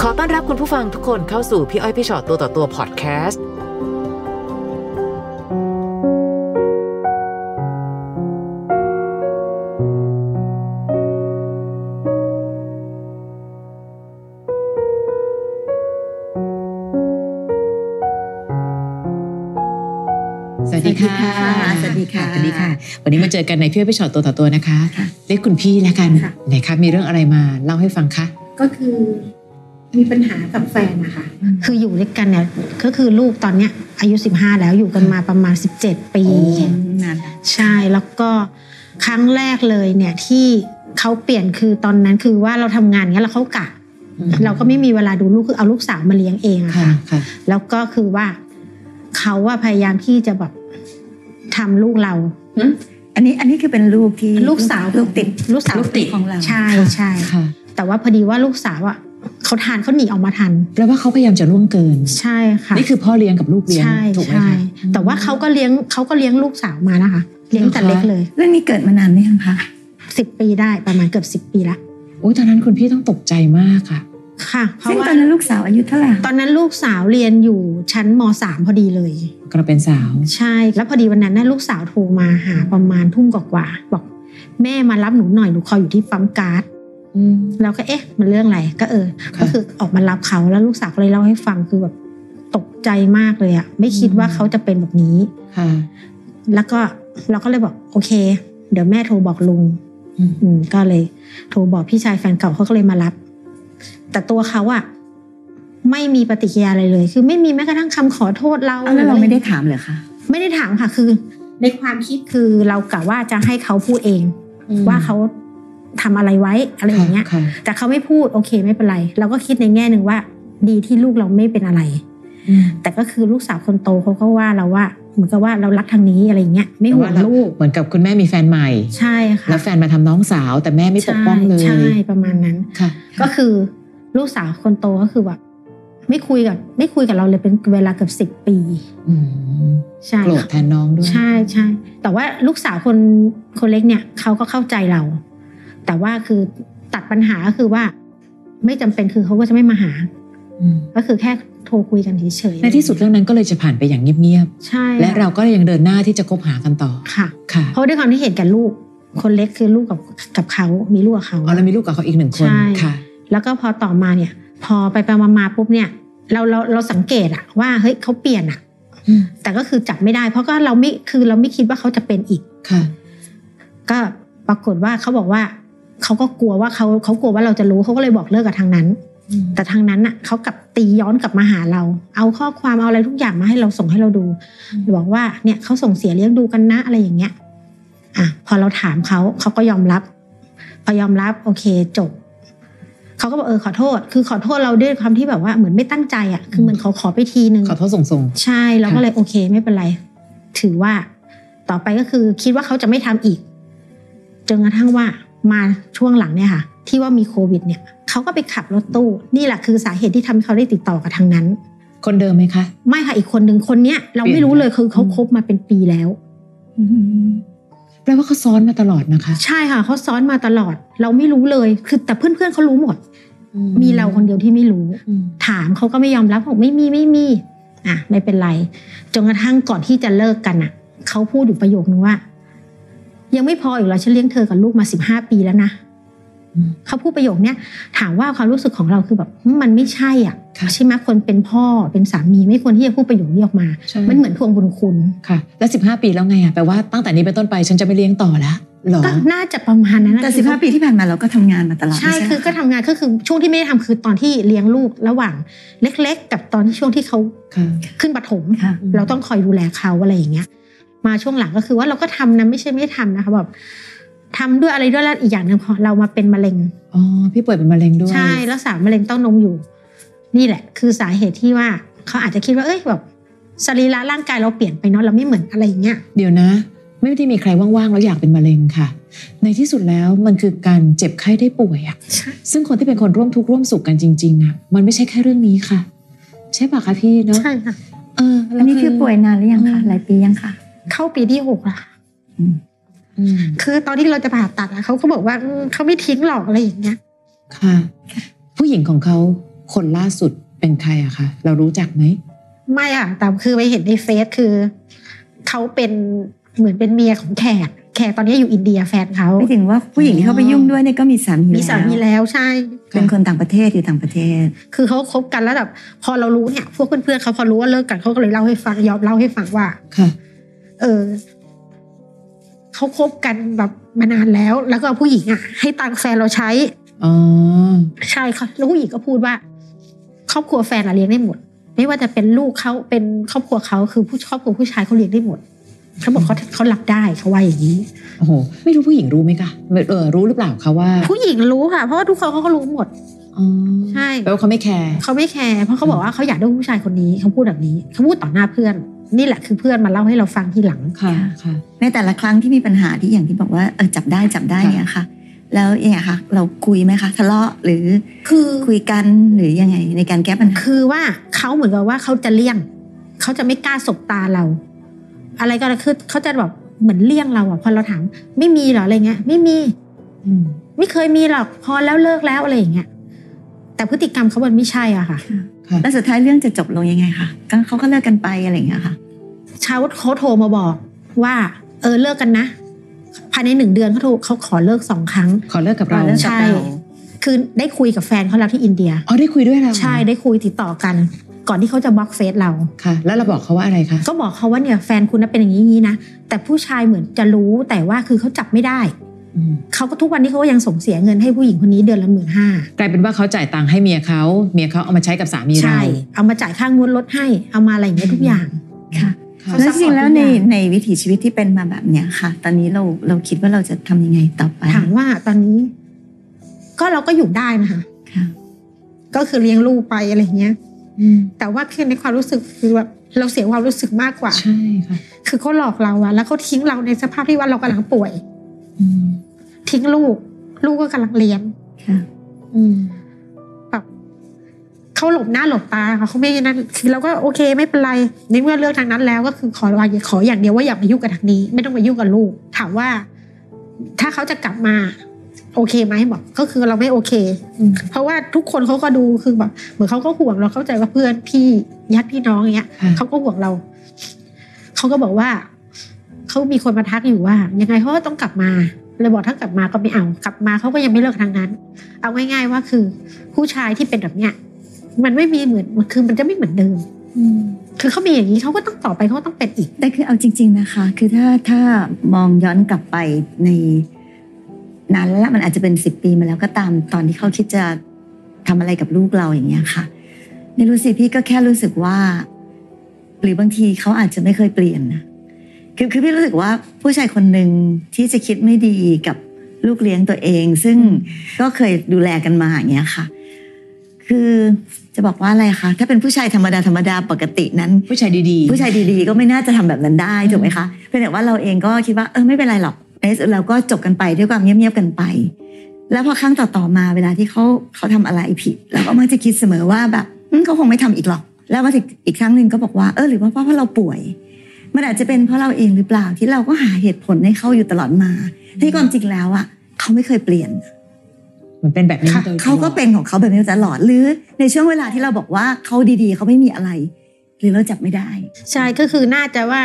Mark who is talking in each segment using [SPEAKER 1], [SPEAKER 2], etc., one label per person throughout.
[SPEAKER 1] ขอต้อนรับคุณผู้ฟังทุกคนเข้าสู่พี่อ้อยพี่ชอตตัวต่อตัวพอดแคสต์
[SPEAKER 2] สวัสดีค่ะ
[SPEAKER 3] สวัสดีค่ะ
[SPEAKER 2] สวัสดีค่ะ วันนี้มาเจอกันในพี่อ้อยพี่ชอตตัวต่อตัวนะคะ
[SPEAKER 3] ค่ะ
[SPEAKER 2] เรียกคุณพี่แล้วกัน
[SPEAKER 3] ค่ะ
[SPEAKER 2] ไหนคะมีเรื่องอะไรมาเล่าให้ฟังคะ
[SPEAKER 3] ก็คือมีปัญหากับแฟนนะคะ
[SPEAKER 4] คืออยู่ด้วยกันเนี่ยก็คือลูกตอนเนี้ยอายุ 15 แล้วอยู่กันมาประมาณ 17 ปี
[SPEAKER 3] นาน
[SPEAKER 4] ใช่แล้วก็ครั้งแรกเลยเนี่ยที่เขาเปลี่ยนคือตอนนั้นคือว่าเราทำงานเงี้ยเราเขากะ
[SPEAKER 2] อืม
[SPEAKER 4] เราก็ไม่มีเวลาดูลูกคือเอาลูกสาวมาเลี้ยงเองอะค่ะ
[SPEAKER 2] ค่ะ
[SPEAKER 4] แล้วก็คือว่าเขาว่าพยายามที่จะแบบทำลูกเรา
[SPEAKER 3] อันนี้อันนี้คือเป็นลูกที่
[SPEAKER 4] ลูกสาว
[SPEAKER 3] ลูกติด
[SPEAKER 4] ลูกสาว
[SPEAKER 3] ลูกติดของเรา
[SPEAKER 4] ใช่ใช่
[SPEAKER 2] ค่ะ
[SPEAKER 4] แต่ว่าพอดีว่าลูกสาวอะเขาทานเขาหนีออกมาทัน
[SPEAKER 2] แปลว่าเขาพยายามจะล่วงเกิน
[SPEAKER 4] ใช่ค่ะ
[SPEAKER 2] นี่คือพ่อเลี้ยงกับลูกเลี้ยง
[SPEAKER 4] ใช่
[SPEAKER 2] ถูกไหม
[SPEAKER 4] ใช่
[SPEAKER 2] คะ
[SPEAKER 4] แต่ว่าเขาก็เลี้ยงเขาก็เลี้ยงลูกสาวมานะคะ เลี้ยงแต่เล็กเลย
[SPEAKER 3] เรื่องนี้เกิดมานานไหมยังคะ
[SPEAKER 4] สิบปีได้ประมาณเกือบสิบ10 ปีละ
[SPEAKER 2] โอ้ยตอนนั้นคุณพี่ต้องตกใจมากค่ะ
[SPEAKER 4] ค่ะ เพ
[SPEAKER 3] ซึ่
[SPEAKER 4] ราะ
[SPEAKER 3] ง
[SPEAKER 4] ว่า
[SPEAKER 3] ตอนนั้นลูกสาวอายุเท่าไหร่
[SPEAKER 4] ตอนนั้นลูกสาวเรียนอยู่ชั้นมสามพอดีเลย
[SPEAKER 2] กระเป็นสาว
[SPEAKER 4] ใช่ แล้วพอดีวันนั้นน่ะลูกสาวโทรมาหาประมาณทุ่มกว่าๆบอก แม่มารับหนูหน่อยหนูคอยอยู่ที่ปั๊มก๊าซ
[SPEAKER 2] อืม
[SPEAKER 4] เราก็เอ๊ะ มันเรื่องอะไรก็เออ
[SPEAKER 2] ค่ะ
[SPEAKER 4] ก็คือออกมารับเขาแล้วลูกสาวก็เลยเล่าให้ฟังคือแบบตกใจมากเลยอะไม่คิดว่าเขาจะเป็นแบบนี้
[SPEAKER 2] ค่ะ
[SPEAKER 4] แล้วก็เราก็เลยบอกโอเค เดี๋ยวแม่โทรบอกลุง
[SPEAKER 2] อืม
[SPEAKER 4] อืมก็เลยโทรบอกพี่ชายแฟนเก่าเขาก็เลยมารับ แต่ตัวเขาอะไม่มีปฏิกิริยาอะไรเลย คือไม่มีแม้กระทั่งคำขอโทษเรา
[SPEAKER 3] เอาแล้วเราไม่ได้ถามเหรอคะ
[SPEAKER 4] ไม่ได้ถามค่ะ คือ ในความคิดคือเรากะว่าจะให้เขาพูดเอง ว่าเขาทำอะไรไว้อะไรอย่างเงี้ย
[SPEAKER 2] ค่ะ
[SPEAKER 4] แต่เขาไม่พูดโอเคไม่เป็นไร เราก็คิดในแง่หนึ่งว่า ดีที่ลูกเราไม่เป็นอะไร
[SPEAKER 2] อืม
[SPEAKER 4] แต่ก็คือลูกสาวคนโตเขาก็ว่าเราว่า เหมือนกับว่าเรารักทางนี้อะไรอย่างเงี้ยไม่ห่วง
[SPEAKER 2] แต่า
[SPEAKER 4] ลูก
[SPEAKER 2] เหมือนกับคุณแม่มีแฟนใหม่
[SPEAKER 4] ใช่ค่ะ
[SPEAKER 2] แล้วแฟนมาทำน้องสาว แต่แม่ไม่ปกป้องเลย
[SPEAKER 4] ใช่ใช่ประมาณนั้น
[SPEAKER 2] ค่ะ
[SPEAKER 4] ก็คือลูกสาวคนโตก็คือแบบไม่คุยกับไม่คุยกับเราเลยเป็นเวลาเกือบสิบ10 ปี
[SPEAKER 2] อืม
[SPEAKER 4] ใช่
[SPEAKER 2] โกรธแทนน้องด้วย
[SPEAKER 4] ใช่ใช่แต่ว่าลูกสาวคนคนเล็กเนี่ยเขาก็เข้าใจเรา แต่ว่าคือตัดปัญหาก็คือว่า ไม่จำเป็นคือเขาก็จะไม่มาหา
[SPEAKER 2] อืม
[SPEAKER 4] ก็คือแค่โทรคุยกันเฉยๆ
[SPEAKER 2] ในที่สุดเรื่องนั้นก็เลยจะผ่านไปอย่างเงียบ
[SPEAKER 4] ใช่
[SPEAKER 2] ๆ และเราก็ยังเดินหน้าที่จะคบหากันต่อ
[SPEAKER 4] ค่ะ
[SPEAKER 2] ค่ะ
[SPEAKER 4] เพราะด้วยความที่เห็นแกันลูก คนเล็กคือลูกกับกับเขามีลูกกับเขา
[SPEAKER 2] อ๋อแล้วมีลูกกับเขาอีกหนึ่งคน
[SPEAKER 4] ใช่
[SPEAKER 2] ค่ะ
[SPEAKER 4] แล้วก็พอต่อมาเนี่ย พอไปไปมาๆปุ๊บเนี่ย เราเราเราสังเกตอะว่าเฮ้ยเขาเปลี่ยนอะ
[SPEAKER 2] อืม
[SPEAKER 4] แต่ก็คือจับไม่ได้ เพราะก็เราไม่คือเราไม่คิดว่าเขาจะเป็นอีก
[SPEAKER 2] ค่ะ
[SPEAKER 4] ก็ปรากฏว่าเขาบอกว่าเขาก็กลัวว่าเขาเขากลัวว่าเราจะรู้เขาก็เลยบอกเลิกกับทางนั้น แต่ทางนั้นน่ะเขากลับตีย้อนกลับมาหาเรา เอาข้อความเอาอะไรทุกอย่างมาให้เราส่งให้เราดู
[SPEAKER 2] อืม
[SPEAKER 4] บอกว่าเนี่ยเขาส่งเสียเลี้ยงดูกันนะอะไรอย่างเงี้ย อ่ะพอเราถามเขาเขาก็ยอมรับ พอยอมรับโอเคจบเขาก็บอกเออขอโทษ คือขอโทษเราด้วยความที่แบบว่าเหมือนไม่ตั้งใจอ่ะคือเหมือนเขาขอไปทีนึง
[SPEAKER 2] ขอโทษส่งส่ง
[SPEAKER 4] ใช่เรา
[SPEAKER 2] ค่ะ
[SPEAKER 4] ก็เลยโอเคไม่เป็นไร ถือว่าต่อไปก็คือคิดว่าเขาจะไม่ทำอีกจนกระทั่งว่ามาช่วงหลังเนี่ยค่ะ ที่ว่ามีโควิดเนี่ยเขาก็ไปขับรถตู้ นี่แหละคือสาเหตุที่ทำให้เขาได้ติดต่อกับทางนั้น
[SPEAKER 2] ๆคนเดิมไหมคะ
[SPEAKER 4] ไม่ค่ะอีกคนหนึ่งคนเนี้ยเราไม่รู้เลยคือเขาคบมาเป็นปีแล้ว
[SPEAKER 2] แปลว่าเขาซ้อนมาตลอดนะคะ
[SPEAKER 4] ใช่ค่ะเขาซ้อนมาตลอด เราไม่รู้เลยคือแต่เพื่อนๆเขารู้หมด มีเราคนเดียวที่ไม่รู้
[SPEAKER 2] อืม
[SPEAKER 4] ถามเขาก็ไม่ยอมรับบอกไม่มีไม่มีอ่ะไม่เป็นไรจนกระทั่งก่อนที่จะเลิกกันอ่ะเขาพูดอยู่ประโยคนึงว่า ยังไม่พออีกเหรอฉันเลี้ยงเธอกับลูกมาสิบห้าปีแล้วนะเขาพูดประโยคเนี้ยถามว่าความรู้สึกของเราคือแบบหึมันไม่ใช่อ่ะใช่ไหมคนเป็นพ่อเป็นสามีไม่ควรที่จะพูดประโยคนี้ออกมา
[SPEAKER 2] ใช่
[SPEAKER 4] มันเหมือนทวงบุญคุณ
[SPEAKER 2] ค่ะ แล้วสิบห้าปีแล้วไงอะแปลว่าตั้งแต่นี้เป็นต้นไปฉันจะไม่เลี้ยงต่อละหรอ
[SPEAKER 4] ก็น่าจะประมาณนั้นนะ
[SPEAKER 3] แต่สิบห้าปีที่ผ่านมาเราก็ทำงานมาตลอด
[SPEAKER 4] ใช่
[SPEAKER 3] ไม่
[SPEAKER 4] คือ
[SPEAKER 3] เหร
[SPEAKER 4] ก็ทำงานก็คือช่วงที่ไม่ได้ทำคือตอนที่เลี้ยงลูกระหว่าง เล็ก ๆ กับตอนที่ช่วงที่เขา
[SPEAKER 2] ค่ะ
[SPEAKER 4] ขึ้นประถม
[SPEAKER 3] ค่ะ
[SPEAKER 2] อืม
[SPEAKER 4] เราต้องคอยดูแลเขาอะไรอย่างเงี้ย มาช่วงหลังก็คือว่าเราก็ทำนะไม่ใช่ไม่ทำนะคะแบบทำด้วยอะไรด้วยแล้วอีกอย่างหนึ่งพอเรามาเป็นมะเร็ง
[SPEAKER 2] อ๋อพี่ป่วยเป็นมะเร็งด้วย
[SPEAKER 4] ใช่รักษามะเร็งเต้านมอยู่ นี่แหละ คือสาเหตุที่ว่าเขาอาจจะคิดว่าเอ้ยแบบสรีระร่างกายเราเปลี่ยนไปเนาะเราไม่เหมือนอะไรอย่างเงี้ย
[SPEAKER 2] เดี๋ยวนะ ไม่ได้มีใครว่างๆแล้วอยากเป็นมะเร็งค่ะ ในที่สุดแล้วมันคือการเจ็บไข้ได้ป่วยอะ
[SPEAKER 4] ใช่
[SPEAKER 2] ซึ่งคนที่เป็นคนร่วมทุกข์ร่วมสุขกันจริงๆอะมันไม่ใช่แค่เรื่องนี้ค่ะ ใช่ปะคะพี่เนาะ
[SPEAKER 4] ใช่ค่ะ
[SPEAKER 2] เออแล้
[SPEAKER 3] อันนี้คือป่วยนานหรือยังคะหลายปียังคะ
[SPEAKER 4] เข้าปีที่หกละ
[SPEAKER 2] อืม
[SPEAKER 4] คือตอนที่เราจะผ่าตัดอะเขาก็บอกว่าอืมเขาไม่ทิ้งหรอกอะไรอย่างเงี้ย
[SPEAKER 2] ค่ะ ผู้หญิงของเขา คนล่าสุดเป็นใครอะคะเรารู้จักไหม
[SPEAKER 4] ไม่ค่ะแต่คือไปเห็นในเฟซคือเขาเป็นเหมือนเป็นเมียของแขก แขกตอนนี้อยู่อินเดียแฟนเขา
[SPEAKER 5] ไม่ถึงว่าผู้หญิงที่เขาไปยุ่งด้วยเนี่ยก็มีสามี
[SPEAKER 4] มีสามี
[SPEAKER 5] แล้ว
[SPEAKER 4] แล้วใช่
[SPEAKER 5] เป็นคนต่างประเทศอยู่ต่างประเทศ
[SPEAKER 4] คือเขาคบกันแล้วแบบพอเรารู้เนี่ย พวกเพื่อนๆเขาพอรู้ว่าเลิกกันเขาก็เลยเล่าให้ฟังยอมเล่าให้ฟังว่า
[SPEAKER 2] ค่ะ
[SPEAKER 4] เออเขาคบกันแบบมานานแล้ว แล้วก็เอาผู้หญิงอ่ะ ให้ตังค์แฟนเราใช้
[SPEAKER 2] อ๋อ
[SPEAKER 4] ใช่ค่ะแล้วผู้หญิงก็พูดว่า ครอบครัวแฟนอะเลี้ยงได้หมด ไม่ว่าจะเป็นลูกเขาเป็นครอบครัวเขาคือผู้ครอบครัวผู้ชายเขาเลี้ยงได้หมดเขาบอกเขาเขารับได้เขาว่าอย่างนี้
[SPEAKER 2] โอ้โห ไม่รู้ผู้หญิงรู้ไหมคะเออรู้หรือเปล่าคะว่า
[SPEAKER 4] ผู้หญิงรู้ค่ะ เพราะว่าทุกคนเขาก็รู้หมด
[SPEAKER 2] อ๋อ
[SPEAKER 4] ใช่
[SPEAKER 2] แปลว่าเขาไม่แคร์
[SPEAKER 4] เขาไม่แคร์เพราะเขาบอกว่าเขาอยากได้ผู้ชายคนนี้เขาพูดแบบนี้เขาพูดต่อหน้าเพื่อน นี่แหละคือเพื่อนมาเล่าให้เราฟังทีหลัง
[SPEAKER 2] ค่ะ ค่ะ
[SPEAKER 5] ในแต่ละครั้งที่มีปัญหาที่อย่างที่บอกว่าเออจับได้จับได้เนี่ยค่ะ แล้วยังไงคะเราคุยไหมคะทะเลาะหรือ
[SPEAKER 4] คือ
[SPEAKER 5] คุยกันหรือยังไงในการแก้ปัญหา
[SPEAKER 4] คือว่าเขาเหมือนกับว่าเขาจะเลี่ยง เขาจะไม่กล้าสบตาเรา อะไรก็คือเขาจะแบบเหมือนเลี่ยงเราอะพอเราถาม ไม่มีเหรออะไรเงี้ย ไม่มี
[SPEAKER 2] อืม
[SPEAKER 4] ไม่เคยมีหรอกพอแล้วเลิกแล้วอะไรอย่างเงี้ยแต่พฤติกรรมเขามันไม่ใช่อ่ะค่ะ
[SPEAKER 2] ค่ะ
[SPEAKER 5] แล้วสุดท้ายเรื่องจะจบลงยังไงคะก็เขาก็เลิกกันไปอะไรอย่างเงี้ยค่ะ
[SPEAKER 4] เช้าเขาโทรมาบอกว่า เออเลิกกันนะภายในหนึ่งเดือนเขาโทรเขาขอเลิกสองครั้ง
[SPEAKER 2] ขอเลิกกับเรา
[SPEAKER 5] ขอเลิก
[SPEAKER 4] ใช่ คือได้คุยกับแฟนเขาแล้วที่อินเดีย
[SPEAKER 2] อ๋อ ได้คุยด้วยเรา
[SPEAKER 4] ใช่ได้คุยติดต่อกัน ก่อนที่เขาจะบล็อกเฟซเรา
[SPEAKER 2] ค่ะ แล้วเราบอกเขาว่าอะไรคะ
[SPEAKER 4] ก็บอกเขาว่าเนี่ยแฟนคุณนะเป็นอย่างนี้อย่างนี้นะแต่ผู้ชายเหมือนจะรู้แต่ว่าคือเขาจับไม่ได้
[SPEAKER 2] อืม
[SPEAKER 4] เขาก็ทุกวันนี้เขาก็ยังส่งเสียเงินให้ผู้หญิงคนนี้เดือนละหมื่นห้าก
[SPEAKER 2] ลายเป็นว่าเขาจ่ายตังค์ให้เมียเขา เมียเขาเอามาใช้กับสามีเรา
[SPEAKER 4] ใช่ เอามาจ่ายค่างวดรถให้เอามาอะไรอย่างเงี้ยทุกอย่าง
[SPEAKER 5] ค่ะ
[SPEAKER 2] ค่ะ
[SPEAKER 5] แล้วจริงๆแล้วใน
[SPEAKER 4] เขาซัพพอร์ตทุกอย่าง
[SPEAKER 5] ในวิถีชีวิตที่เป็นมาแบบเนี้ยค่ะ ตอนนี้เราเราคิดว่าเราจะทำยังไงต่อไป
[SPEAKER 4] ถามว่าตอนนี้ ก็เราก็อยู่ได้นะคะ
[SPEAKER 5] ค่ะ
[SPEAKER 4] ก็คือเลี้ยงลูกไปอะไรอย่างเงี้ยแต่ว่าคือในความรู้สึกคือแบบเราเสียความรู้สึกมากกว่า
[SPEAKER 2] ใช่ค่ะ
[SPEAKER 4] คือเขาหลอกเราอะแล้วเขาทิ้งเราในสภาพที่ว่าเรากำลังป่วย
[SPEAKER 2] อืม
[SPEAKER 4] ทิ้งลูก ลูกก็กำลังเรียน
[SPEAKER 5] ค่ะ
[SPEAKER 2] อืม
[SPEAKER 4] แบบเขาหลบหน้าหลบตาค่ะเขาไม่นั่นคือเราก็โอเคไม่เป็นไรในเมื่อเลือกทางนั้นแล้วก็คือขอวางขออย่างเดียวว่าอย่ามายุ่งกับทางนี้ ไม่ต้องมายุ่งกับลูก ถามว่า ถ้าเขาจะกลับมา โอเคไหมบอกก็คือเราไม่โอเค
[SPEAKER 2] อืม
[SPEAKER 4] เพราะว่าทุกคนเขาก็ดูคือแบบเหมือนเขาก็ห่วงเราเข้าใจว่าเพื่อนพี่ญาติพี่น้องอย่างเงี้ย
[SPEAKER 2] ค่ะ
[SPEAKER 4] เขาก็ห่วงเราเขาก็บอกว่าเขามีคนมาทักอยู่ว่า ยังไงเขาก็ต้องกลับมาเลยบอกถ้ากลับมาก็ไม่เอากลับมาเขาก็ยังไม่เลิกทางนั้น เอาง่ายๆว่าคือ ผู้ชายที่เป็นแบบเนี้ยมันไม่มีเหมือนมันคือมันจะไม่เหมือนเดิมคือเขามีอย่างนี้เขาก็ต้องต่อไปเขาก็ต้องเป็นอีก
[SPEAKER 5] แต่คือเอาจริง ๆนะคะ คือถ้าถ้ามองย้อนกลับไปในนานแล้วละมันอาจจะเป็นสิบปีมาแล้วก็ตามตอนที่เขาคิดจะทำอะไรกับลูกเราอย่างเงี้ยค่ะไม่รู้สิพี่ก็แค่รู้สึกว่า หรือบางทีเขาอาจจะไม่เคยเปลี่ยนนะคือคือพี่รู้สึกว่าผู้ชายคนหนึ่งที่จะคิดไม่ดีกับลูกเลี้ยงตัวเอง ซึ่งก็เคยดูแลกันมาอย่างเงี้ยค่ะ คือจะบอกว่าอะไรคะถ้าเป็นผู้ชายธรรมดาธรรมดาปกตินั้น
[SPEAKER 2] ผู้ชายดีๆ
[SPEAKER 5] ผู้ชายดีๆ ก็ไม่น่าจะทำแบบนั้นได้ถูกไหมคะเพียงแต่ว่าเราเองก็คิดว่าเออไม่เป็นไรหรอกในที่สุดเราก็จบกันไปด้วยความเงียบๆกันไป แล้วพอครั้งต่อๆมาเวลาที่เขาเขาทำอะไรผิดเราก็มักจะคิดเสมอว่าแบบอืมเขาคงไม่ทำอีกหรอก แล้วมาถึงอีกครั้งหนึ่งก็บอกว่าเออหรือว่าเพราะว่าเราป่วย มันอาจจะเป็นเพราะเราเองหรือเปล่าที่เราก็หาเหตุผลให้เขาอยู่ตลอดมาที่ความจริงแล้วอ่ะเขาไม่เคยเปลี่ยน
[SPEAKER 2] เหมือนเป็นแบบนี้
[SPEAKER 4] ค่ะ
[SPEAKER 2] โดยตลอด
[SPEAKER 5] เขาก็เป็นของเขาแบบนี้ตลอดหรือ ในช่วงเวลาที่เราบอกว่าเขาดีๆ เขาไม่มีอะไร หรือเราจับไม่ได้
[SPEAKER 4] ใช่ก็คือน่าจะว่า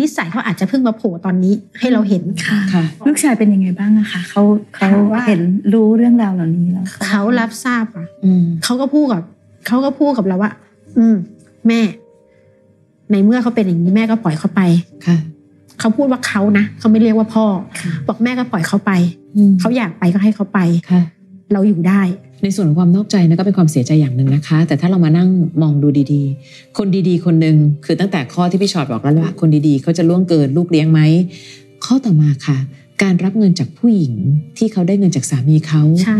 [SPEAKER 4] นิสัยเขาอาจจะเพิ่งมาโผล่ตอนนี้ให้เราเห็น
[SPEAKER 5] ค่ะ
[SPEAKER 2] ค่ะ
[SPEAKER 5] ลูกชายเป็นยังไงบ้างอะคะเขาเขา
[SPEAKER 4] ถามว่า
[SPEAKER 5] เห็นรู้เรื่องราวเหล่านี้แล้ว
[SPEAKER 4] เขารับทราบค่ะ
[SPEAKER 2] อืม
[SPEAKER 4] เขาก็พูดกับเขาก็พูดกับเราว่า อืม แม่ ในเมื่อเขาเป็นอย่างนี้แม่ก็ปล่อยเขาไป
[SPEAKER 2] ค่ะ
[SPEAKER 4] เขาพูดว่าเขานะเขาไม่เรียกว่าพ่อ บอกแม่ก็ปล่อยเขาไป
[SPEAKER 2] อืม
[SPEAKER 4] เขาอยากไปก็ให้เขาไป
[SPEAKER 2] ค่ะ
[SPEAKER 4] เราอยู่ได้
[SPEAKER 2] ในส่วนของความนอกใจนะก็เป็นความเสียใจอย่างหนึ่งนะคะ แต่ถ้าเรามานั่งมองดูดีๆ คนดีๆ คนหนึ่งคือตั้งแต่ข้อที่พี่ชอดบอกแล้วว่าคนดีๆเขาจะล่วงเกินลูกเลี้ยงไหมข้อต่อมาค่ะ การรับเงินจากผู้หญิงที่เขาได้เงินจากสามีเขา
[SPEAKER 4] ใช่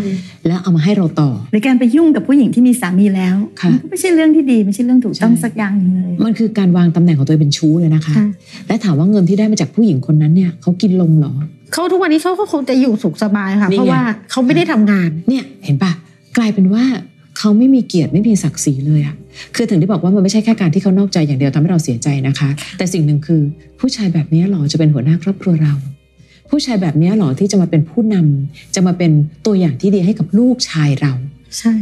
[SPEAKER 2] แล้วเอามาให้เราต่อ
[SPEAKER 5] หรือการไปยุ่งกับผู้หญิงที่มีสามีแล้ว
[SPEAKER 2] ค่ะ
[SPEAKER 5] มันก็ไม่ใช่เรื่องที่ดีไม่ใช่เรื่องถูกต้อง
[SPEAKER 2] ใช่
[SPEAKER 5] สักอย่างหนึ่งเลย
[SPEAKER 2] มันคือการวางตำแหน่งของตัวเองเป็นชู้เลยนะคะ
[SPEAKER 4] ค่ะ
[SPEAKER 2] และถามว่าเงินที่ได้มาจากผู้หญิงคนนั้นเนี่ยเขากินลงเหรอ
[SPEAKER 4] เขาทุกวันนี้เขาก็คงจะอยู่สุขสบายค่ะ
[SPEAKER 2] นี่ไง
[SPEAKER 4] เพราะว่าเขาไม่ได้ทำงาน
[SPEAKER 2] เนี่ยเห็นปะกลายเป็นว่าเขาไม่มีเกียรติไม่มีศักดิ์ศรีเลยอะคือถึงได้บอกว่ามันไม่ใช่แค่การที่เขานอกใจอย่างเดียวทำให้เราเสียใจนะคะ แต่สิ่งหนึ่งคือ ผู้ชายแบบนี้หรอจะเป็นหัวหน้าครอบครัวเรา ผู้ชายแบบนี้หรอที่จะมาเป็นผู้นำจะมาเป็นตัวอย่างที่ดีให้กับลูกชายเรา
[SPEAKER 4] ใช่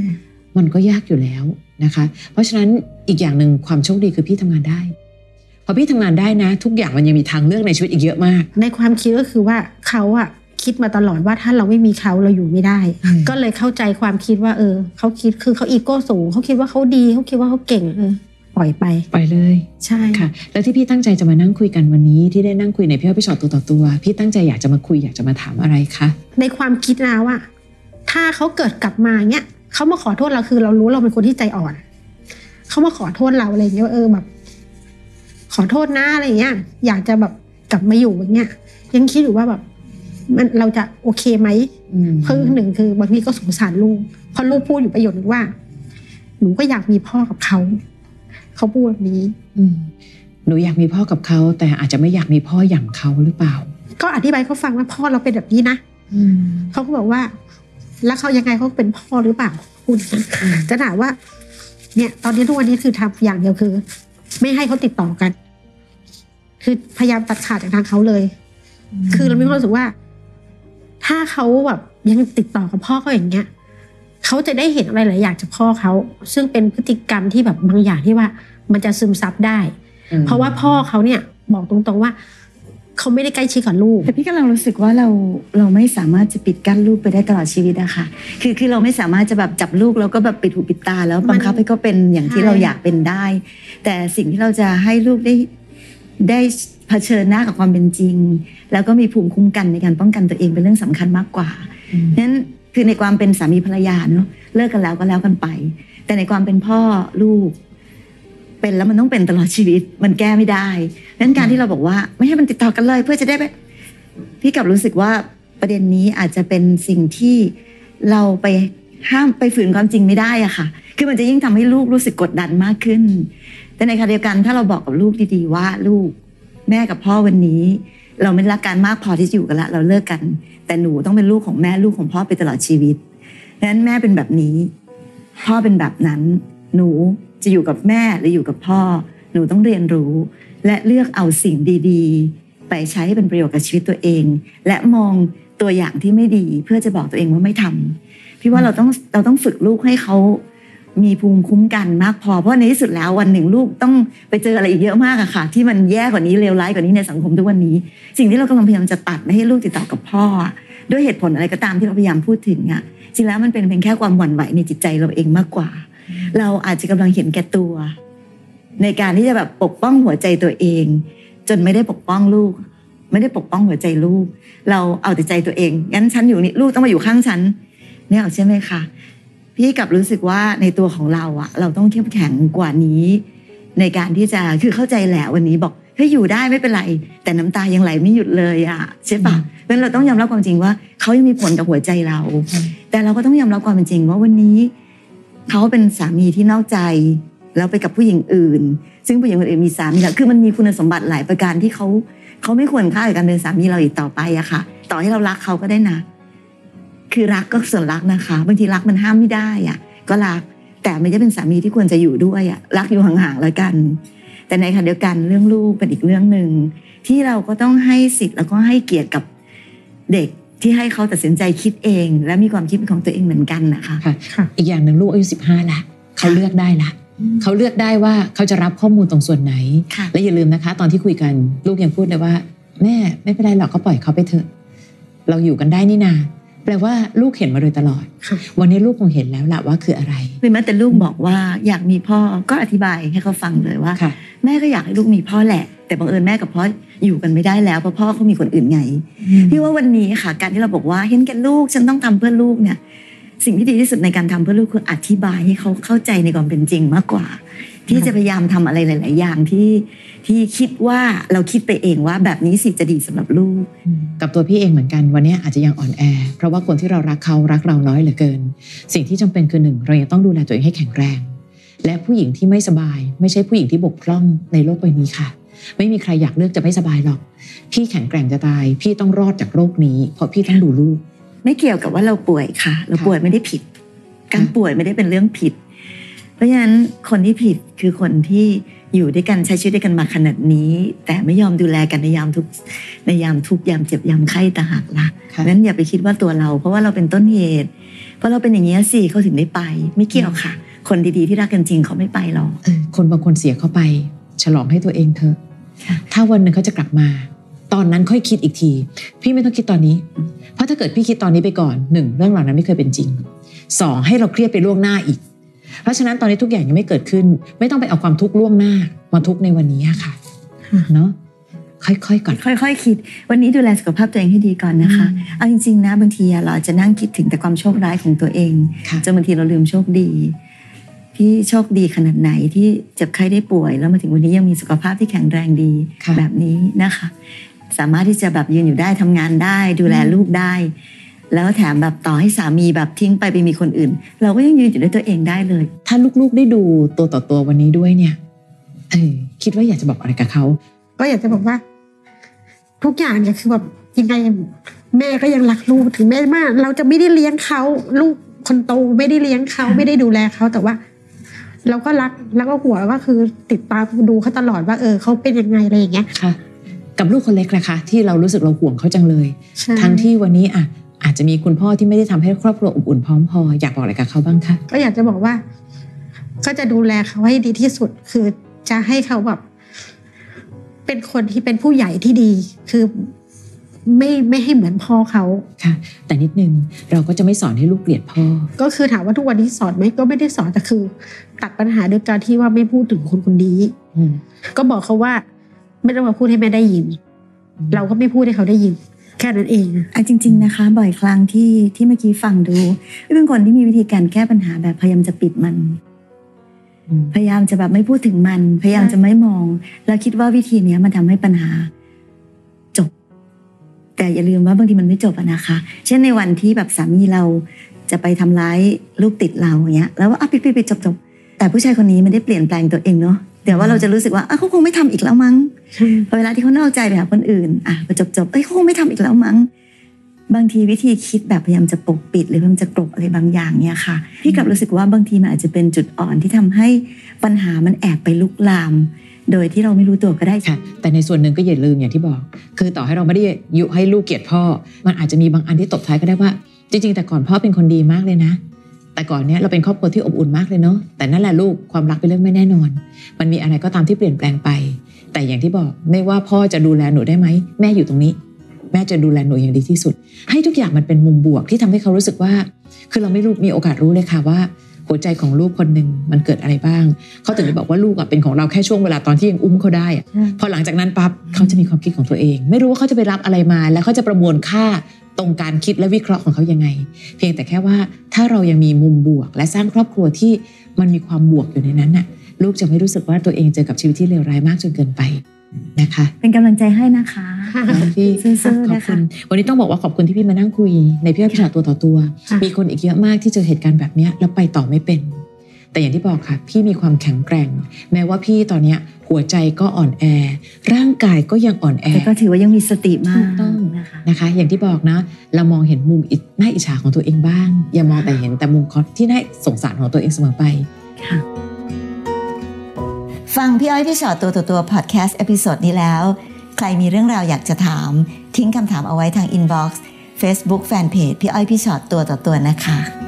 [SPEAKER 2] มันก็ยากอยู่แล้วนะคะ เพราะฉะนั้นอีกอย่างหนึ่งความโชคดีคือพี่ทำงานได้ พอพี่ทำงานได้นะ ทุกอย่างมันยังมีทางเลือกในชีวิตอีกเยอะมาก
[SPEAKER 4] ในความคิดก็คือว่าเขาอะคิดมาตลอดว่าถ้าเราไม่มีเขาเราอยู่ไม่ได้
[SPEAKER 2] อืม
[SPEAKER 4] ก็เลยเข้าใจความคิดว่า เออเขาคิดคือเขาอีโก้สูงเขาคิดว่าเขาดีเขาคิดว่าเขาเก่งเออปล่อยไป
[SPEAKER 2] ไปเลย
[SPEAKER 4] ใช่
[SPEAKER 2] ค่ะ แล้วที่พี่ตั้งใจจะมานั่งคุยกันวันนี้ที่ได้นั่งคุยในพี่อ้อยพี่ชอตตัวต่อตัว พี่ตั้งใจอยากจะมาคุยอยากจะมาถามอะไรคะ
[SPEAKER 4] ในความคิดนะว่า ถ้าเขาเกิดกลับมาเนี้ยเขามาขอโทษเราคือเรารู้เราเป็นคนที่ใจอ่อนเขามาขอโทษเราอะไรอย่างเงี้ยว่าเออแบบ ขอโทษนะอะไรอย่างเงี้ย อยากจะแบบกลับมาอยู่อย่างเงี้ย ยังคิดอยู่ว่าแบบ มันเราจะโอเคไหม คือหนึ่งคือบางทีก็สงสารลูกเพราะลูกพูดอยู่ประโยชน์นึงว่า หนูก็อยากมีพ่อกับเขาเขาพูดแบบนี้
[SPEAKER 2] อืมหนูอยากมีพ่อกับเขาแต่อาจจะไม่อยากมีพ่ออย่างเขาหรือเปล่า
[SPEAKER 4] ก็อธิบายเขาฟังว่าพ่อเราเป็นแบบนี้นะเขาก็บอกว่า แล้วเขายังไงเขาเป็นพ่อหรือเปล่าคุณจะถามว่า เนี่ย ตอนนี้ทุกวันนี้คือทำอย่างเดียวคือ ไม่ให้เขาติดต่อกัน คือพยายามตัดขาดจากทางเขาเลย คือเรามีความรู้สึกว่า ถ้าเขาแบบยังติดต่อกับพ่อเขาอย่างเงี้ยเขาจะได้เห็นอะไรหลายอย่างจากพ่อเขาซึ่งเป็นพฤติกรรมที่แบบบางอย่างที่ว่า มันจะซึมซับได้ เพราะว่าพ่อเขาเนี่ย บอกตรงๆว่าเขาไม่ได้ใกล้ชิดกับลูก
[SPEAKER 5] แต่พี่กำลังรู้สึกว่าเราเราไม่สามารถจะปิดกั้นลูกไปได้ตลอดชีวิตอะค่ะ คือคือเราไม่สามารถจะแบบจับลูกแล้วก็แบบปิดหูปิดตาแล้ว
[SPEAKER 4] มัน
[SPEAKER 5] บังคับให้เขาเป็นอย่างที่
[SPEAKER 4] ใช่
[SPEAKER 5] เราอยากเป็นได้ แต่สิ่งที่เราจะให้ลูกได้ได้เผชิญหน้ากับความเป็นจริง แล้วก็มีภูมิคุ้มกันในการป้องกันตัวเองเป็นเรื่องสำคัญมากกว่า นั้นคือในความเป็นสามีภรรยาเนอะเลิกกันแล้วก็แล้วกันไป แต่ในความเป็นพ่อลูก เป็นแล้วมันต้องเป็นตลอดชีวิต มันแก้ไม่ได้นั้นการที่เราบอกว่า ไม่ให้มันติดต่อกันเลย เพื่อจะได้ไปพี่กลับรู้สึกว่าประเด็นนี้อาจจะเป็นสิ่งที่เราไปห้ามไปฝืนความจริงไม่ได้อะค่ะ คือมันจะยิ่งทำให้ลูกรู้สึกกดดันมากขึ้น แต่ในขณะเดียวกันถ้าเราบอกกับลูกดีๆว่าลูกแม่กับพ่อวันนี้ เราไม่รักกันมากพอที่จะอยู่กันละเราเลิกกัน แต่หนูต้องเป็นลูกของแม่ลูกของพ่อไปตลอดชีวิตดังนั้นแม่เป็นแบบนี้ พ่อเป็นแบบนั้น หนูจะอยู่กับแม่หรืออยู่กับพ่อ หนูต้องเรียนรู้ และเลือกเอาสิ่งดีๆ ไปใช้ให้เป็นประโยชน์กับชีวิตตัวเอง และมองตัวอย่างที่ไม่ดีเพื่อจะบอกตัวเองว่าไม่ทำพี่ว่าเราต้องเราต้องฝึกลูกให้เขามีภูมิคุ้มกันมากพอเพราะในที่สุดแล้ววันหนึ่งลูกต้องไปเจออะไรอีกเยอะมากอะค่ะ ที่มันแย่กว่านี้เลวร้ายกว่านี้ในสังคมทุกวันนี้ สิ่งที่เรากำลังพยายามจะตัดไม่ให้ลูกติดต่อกับพ่ออะด้วยเหตุผลอะไรก็ตามที่เราพยายามพูดถึงอะจริงแล้วมันเป็นเพียงแค่ความหวั่นไหวในจิตใจเราเองมากกว่า เราอาจจะกำลังเห็นแก่ตัว ในการที่จะแบบปกป้องหัวใจตัวเอง จนไม่ได้ปกป้องลูก ไม่ได้ปกป้องหัวใจลูก เราเอาแต่ใจตัวเองงั้นฉันอยู่นี่ลูกต้องมาอยู่ข้างฉันเนี่ยใช่ไหมคะพี่กลับรู้สึกว่าในตัวของเราอะเราต้องเข้มแข็งกว่านี้ ในการที่จะคือเข้าใจแหละวันนี้บอกเฮ้ยอยู่ได้ไม่เป็นไร แต่น้ำตายังไหลไม่หยุดเลยอะใช่ปะเพราะฉะนั้นเราต้องยอมรับความจริงว่าเขายังมีผลกับหัวใจเรา แต่เราก็ต้องยอมรับความเป็นจริงว่าวันนี้ เขาเป็นสามีที่นอกใจ แล้วไปกับผู้หญิงอื่น ซึ่งผู้หญิงคนอื่นมีสามีแล้วคือมันมีคุณสมบัติหลายประการที่เขาเขาไม่ควรค่ากับการเป็นสามีเราอีกต่อไปอะค่ะ ต่อให้เรารักเขาก็ได้นะ คือรักก็ส่วนรักนะคะบางทีรักมันห้ามไม่ได้อะก็รัก แต่ไม่ได้เป็นสามีที่ควรจะอยู่ด้วยอะรักอยู่ห่างๆแล้วกัน แต่ในขณะเดียวกันเรื่องลูกเป็นอีกเรื่องหนึ่งที่เราก็ต้องให้สิทธิ์แล้วก็ให้เกียรติกับเด็กที่ให้เขาตัดสินใจคิดเอง และมีความคิดเป็นของตัวเองเหมือนกันนะคะ
[SPEAKER 2] ค่ะ
[SPEAKER 4] ค่ะ
[SPEAKER 2] อีกอย่างหนึ่งลูกอายุสิบห้าละเขาเลือกได้ละเขาเลือกได้ว่าเขาจะรับข้อมูลตรงส่วนไหน
[SPEAKER 5] ค่ะ
[SPEAKER 2] และอย่าลืมนะคะ ตอนที่คุยกันลูกยังพูดเลยว่า แม่ไม่เป็นไรหรอกก็ปล่อยเขาไปเถอะ เราอยู่กันได้นี่นาแปลว่าลูกเห็นมาโดยตลอด
[SPEAKER 4] ค่ะ
[SPEAKER 2] วันนี้ลูกคงเห็นแล้วล่ะว่าคืออะไร
[SPEAKER 5] หรือแม้แต่ลูกบอกว่าอยากมีพ่อก็อธิบายให้เขาฟังเลยว่า
[SPEAKER 2] ค่ะ
[SPEAKER 5] แม่ก็อยากให้ลูกมีพ่อแหละ แต่บังเอิญแม่กับพ่ออยู่กันไม่ได้แล้วเพราะพ่อเขามีคนอื่นไงพี่ว่าวันนี้ค่ะ การที่เราบอกว่าเห็นแก่ลูกฉันต้องทำเพื่อลูกเนี่ย สิ่งที่ดีที่สุดในการทำเพื่อลูกคืออธิบายให้เขาเข้าใจในความเป็นจริงมากกว่า ที่จะพยายามทำอะไรหลาย ๆ อย่างที่ที่คิดว่าเราคิดไปเองว่าแบบนี้สิจะดีสำหรับลูก
[SPEAKER 2] กับตัวพี่เองเหมือนกันวันนี้อาจจะยังอ่อนแอ เพราะว่าคนที่เรารักเขารักเราน้อยเหลือเกิน สิ่งที่จำเป็นคือหนึ่งเรายังต้องดูแลตัวเองให้แข็งแรง และผู้หญิงที่ไม่สบาย ไม่ใช่ผู้หญิงที่บกพร่องในโลกใบนี้ค่ะ ไม่มีใครอยากเลือกจะไม่สบายหรอก พี่แข็งแกร่งจะตาย พี่ต้องรอดจากโรคนี้ เพราะพี่ต้องดูลูก
[SPEAKER 5] ไม่เกี่ยวกับว่าเราป่วยค่ะ เราป่วยไม่ได้ผิด การป่วยไม่ได้เป็นเรื่องผิด เพราะฉะนั้นคนที่ผิดคือคนที่ อยู่ด้วยกันใช้ชีวิตด้วยกันมาขนาดนี้ แต่ไม่ยอมดูแลกันในยามทุกข์ในยามทุกข์ยามเจ็บยามไข้ต่างหากล่ะ
[SPEAKER 2] ค่ะ
[SPEAKER 5] งั้นอย่าไปคิดว่าตัวเรา เพราะว่าเราเป็นต้นเหตุ เพราะเราเป็นอย่างนี้ยสิเขาถึงได้ไป ไม่เกี่ยวค่ะ คนดีๆที่รักกันจริงเขาไม่ไปหรอก
[SPEAKER 2] เออคนบางคนเสียเข้าไป ฉลองให้ตัวเองเถอะ
[SPEAKER 5] ค่ะ
[SPEAKER 2] ถ้าวันหนึ่งเขาจะกลับมา ตอนนั้นค่อยคิดอีกที พี่ไม่ต้องคิดตอนนี้ เพราะถ้าเกิดพี่คิดตอนนี้ไปก่อนหนึ่งเรื่องเหล่านั้นไม่เคยเป็นจริงสองให้เราเครียดไปล่วงหน้าอีก เพราะฉะนั้นตอนนี้ทุกอย่างยังไม่เกิดขึ้น ไม่ต้องไปเอาความทุกข์ล่วงหน้ามาทุกข์ในวันนี้อะค่ะ
[SPEAKER 4] ค่ะ
[SPEAKER 2] เนาะค่อยๆก่อน
[SPEAKER 5] ค่อยๆคิด วันนี้ดูแลสุขภาพตัวเองให้ดีก่อนนะคะ เอาจริงๆนะบางทีอะเราอาจจะนั่งคิดถึงแต่ความโชคร้ายของตัวเอง
[SPEAKER 2] ค่ะ
[SPEAKER 5] จนบางทีเราลืมโชคดี ที่โชคดีขนาดไหนที่เจ็บไข้ได้ป่วย แล้วมาถึงวันนี้ยังมีสุขภาพที่แข็งแรงดี
[SPEAKER 2] ค่ะ
[SPEAKER 5] แบบนี้นะคะ สามารถที่จะแบบยืนอยู่ได้ทำงานได้ ดูแลลูกได้ แล้วแถมแบบต่อให้สามีแบบทิ้งไปไปมีคนอื่น เราก็ยังยืนอยู่ด้วยตัวเองได้เลย
[SPEAKER 2] ถ้าลูกๆได้ดูตัวต่อตัววันนี้ด้วยเนี่ยเออคิดว่าอยากจะบอกอะไรกับเขา
[SPEAKER 3] ก็อยากจะบอกว่า ทุกอย่างเนี่ยคือแบบยังไงแม่ก็ยังรักลูกถึงแม้ว่าเราจะไม่ได้เลี้ยงเขาลูกคนโตไม่ได้เลี้ยงเขาไม่ได้ดูแลเขาแต่ว่า เราก็รักแล้วก็หัวงว่าคือติดตามดูเขาตลอดว่า เออเขาเป็นยังไงอะไรอย่างเงี้ย
[SPEAKER 2] ค่ะกับลูกคนเล็กนะคะที่เรารู้สึกเราห่วงเขาจังเลย
[SPEAKER 3] ใช่
[SPEAKER 2] ทั้งที่วันนี้อ่ะอาจจะมีคุณพ่อที่ไม่ได้ทำให้ครอบครัวอบอุ่นพร้อมพออยากบอกอะไรกับเขาบ้างคะ
[SPEAKER 3] ก็อยากจะบอกว่า ก็จะดูแลเขาให้ดีที่สุด คือจะให้เขาแบบ เป็นคนที่เป็นผู้ใหญ่ที่ดี คือไม่ไม่ให้เหมือนพ่อเขา
[SPEAKER 2] ค่ะ แต่นิดนึงเราก็จะไม่สอนให้ลูกเกลียดพ่อ
[SPEAKER 3] ก็คือถามว่าทุกวันนี้สอนไหมก็ไม่ได้สอนแต่คือ ตัดปัญหาด้วยการที่ว่าไม่พูดถึงคนคนนี้
[SPEAKER 2] อืม
[SPEAKER 3] ก็บอกเขาว่า ไม่ต้องมาพูดให้แม่ได้ยิน เราก็ไม่พูดให้เขาได้ยิน แค่นั้นเอง
[SPEAKER 5] อ่ะจริง ๆนะคะ บ่อยครั้งที่ที่เมื่อกี้ฟังดูเป็นคนที่มีวิธีการแก้ปัญหาแบบพยายามจะปิดมัน
[SPEAKER 2] อืม
[SPEAKER 5] พยายามจะแบบไม่พูดถึงมัน พยายามจะไม่มอง แล้วคิดว่าวิธีเนี้ยมันทำให้ปัญหาจบ แต่อย่าลืมว่าบางทีมันไม่จบอะนะคะ เช่นในวันที่แบบสามีเราจะไปทำร้ายลูกติดเราอย่างเงี้ย แล้วว่าอ่ะปิดปิดปิดจบจบแต่ผู้ชายคนนี้ไม่ได้เปลี่ยนแปลงตัวเองเนาะเดี๋ยวว่าเราจะรู้สึกว่าอ่ะเขาคงไม่ทำอีกแล้วมั้ง พอเวลาที่เขานอกใจไปหาคนอื่น อ่ะพอจบจบๆเอ้ยเขาคงไม่ทำอีกแล้วมั้ง บางทีวิธีคิดแบบพยายามจะปกปิด หรือพยายามจะกลบอะไรบางอย่างเนี่ยค่ะ พี่กลับรู้สึกว่าบางทีมันอาจจะเป็นจุดอ่อนที่ทำให้ปัญหามันแอบไปลุกลาม โดยที่เราไม่รู้ตัวก็ได้ค่ะ
[SPEAKER 2] ค่ะ แต่ในส่วนหนึ่งก็อย่าลืมอย่างที่บอก คือต่อให้เราไม่ได้ยุให้ลูกเกลียดพ่อ มันอาจจะมีบางอันที่ตบท้ายก็ได้ว่า จริง ๆ แต่ก่อนพ่อเป็นคนดีมากเลยนะ แต่ก่อนเนี้ยเราเป็นครอบครัวที่อบอุ่นมากเลยเนาะแต่นั่นแหละลูกความรักเป็นเรื่องไม่แน่นอน มันมีอะไรก็ตามที่เปลี่ยนแปลงไป แต่อย่างที่บอกไม่ว่าพ่อจะดูแลหนูได้ไหมแม่อยู่ตรงนี้ แม่จะดูแลหนูอย่างดีที่สุด ให้ทุกอย่างมันเป็นมุมบวกที่ทำให้เขารู้สึกว่า คือเราไม่รู้มีโอกาสรู้เลยค่ะว่า หัวใจของลูกคนหนึ่งมันเกิดอะไรบ้าง เขาถึงได้บอกว่าลูกอะเป็นของเราแค่ช่วงเวลาตอนที่ยังอุ้มเขาได้อะ พอหลังจากนั้นปั๊บเขาจะมีความคิดของตัวเอง ไม่รู้ว่าเขาจะไปรับอะไรมา แล้วเขาจะประมวลค่าตรงการคิดและวิเคราะห์ของเขายังไง เพียงแต่แค่ว่าถ้าเรายังมีมุมบวก และสร้างครอบครัวที่มันมีความบวกอยู่ในนั้นน่ะ ลูกจะไม่รู้สึกว่าตัวเองเจอกับชีวิตที่เลวร้ายมากจนเกินไปนะคะ
[SPEAKER 5] เป็นกำลังใจให้นะคะ
[SPEAKER 3] ค่ะ
[SPEAKER 2] พี่
[SPEAKER 5] สู้
[SPEAKER 2] ข
[SPEAKER 5] ๆ
[SPEAKER 2] อบ
[SPEAKER 5] นะ
[SPEAKER 2] คุ
[SPEAKER 5] คะ
[SPEAKER 2] ณวันนี้ต้องบอกว่าขอบคุณที่พี่มานั่งคุย ในพี่อ้อยพี่ชาตัวต่อตัว
[SPEAKER 3] ค่ะ
[SPEAKER 2] มีคนอีกเยอะมากที่เจอเหตุการณ์แบบเนี้ยแล้วไปต่อไม่เป็น แต่อย่างที่บอกค่ะ พี่มีความแข็งแกร่ง แม้ว่าพี่ตอนเนี้ยหัวใจก็อ่อนแอ ร่างกายก็ยังอ่อนแอ
[SPEAKER 5] แต่ก็ถือว่ายังมีสติมา
[SPEAKER 2] ถู
[SPEAKER 5] ก
[SPEAKER 2] กต้อง
[SPEAKER 5] นะคะ
[SPEAKER 2] นะคะอย่างที่บอกนะ เรามองเห็นมุมอิจน่าอิจฉาของตัวเองบ้าง อย่ามองแต่เห็นแต่มุมคอที่น่าสงสารของตัวเองเสมอไป
[SPEAKER 5] ฟังพี่อ้อยพี่ชอตตัวต่อตัวพอดแคสต์เอพิโซดนี้แล้ว ใครมีเรื่องราวอยากจะถาม ทิ้งคำถามเอาไว้ทางอินบ็อกซ์เฟซบุ๊กแฟนเพจพี่อ้อยพี่ชอตตัวต่อตัวนะคะ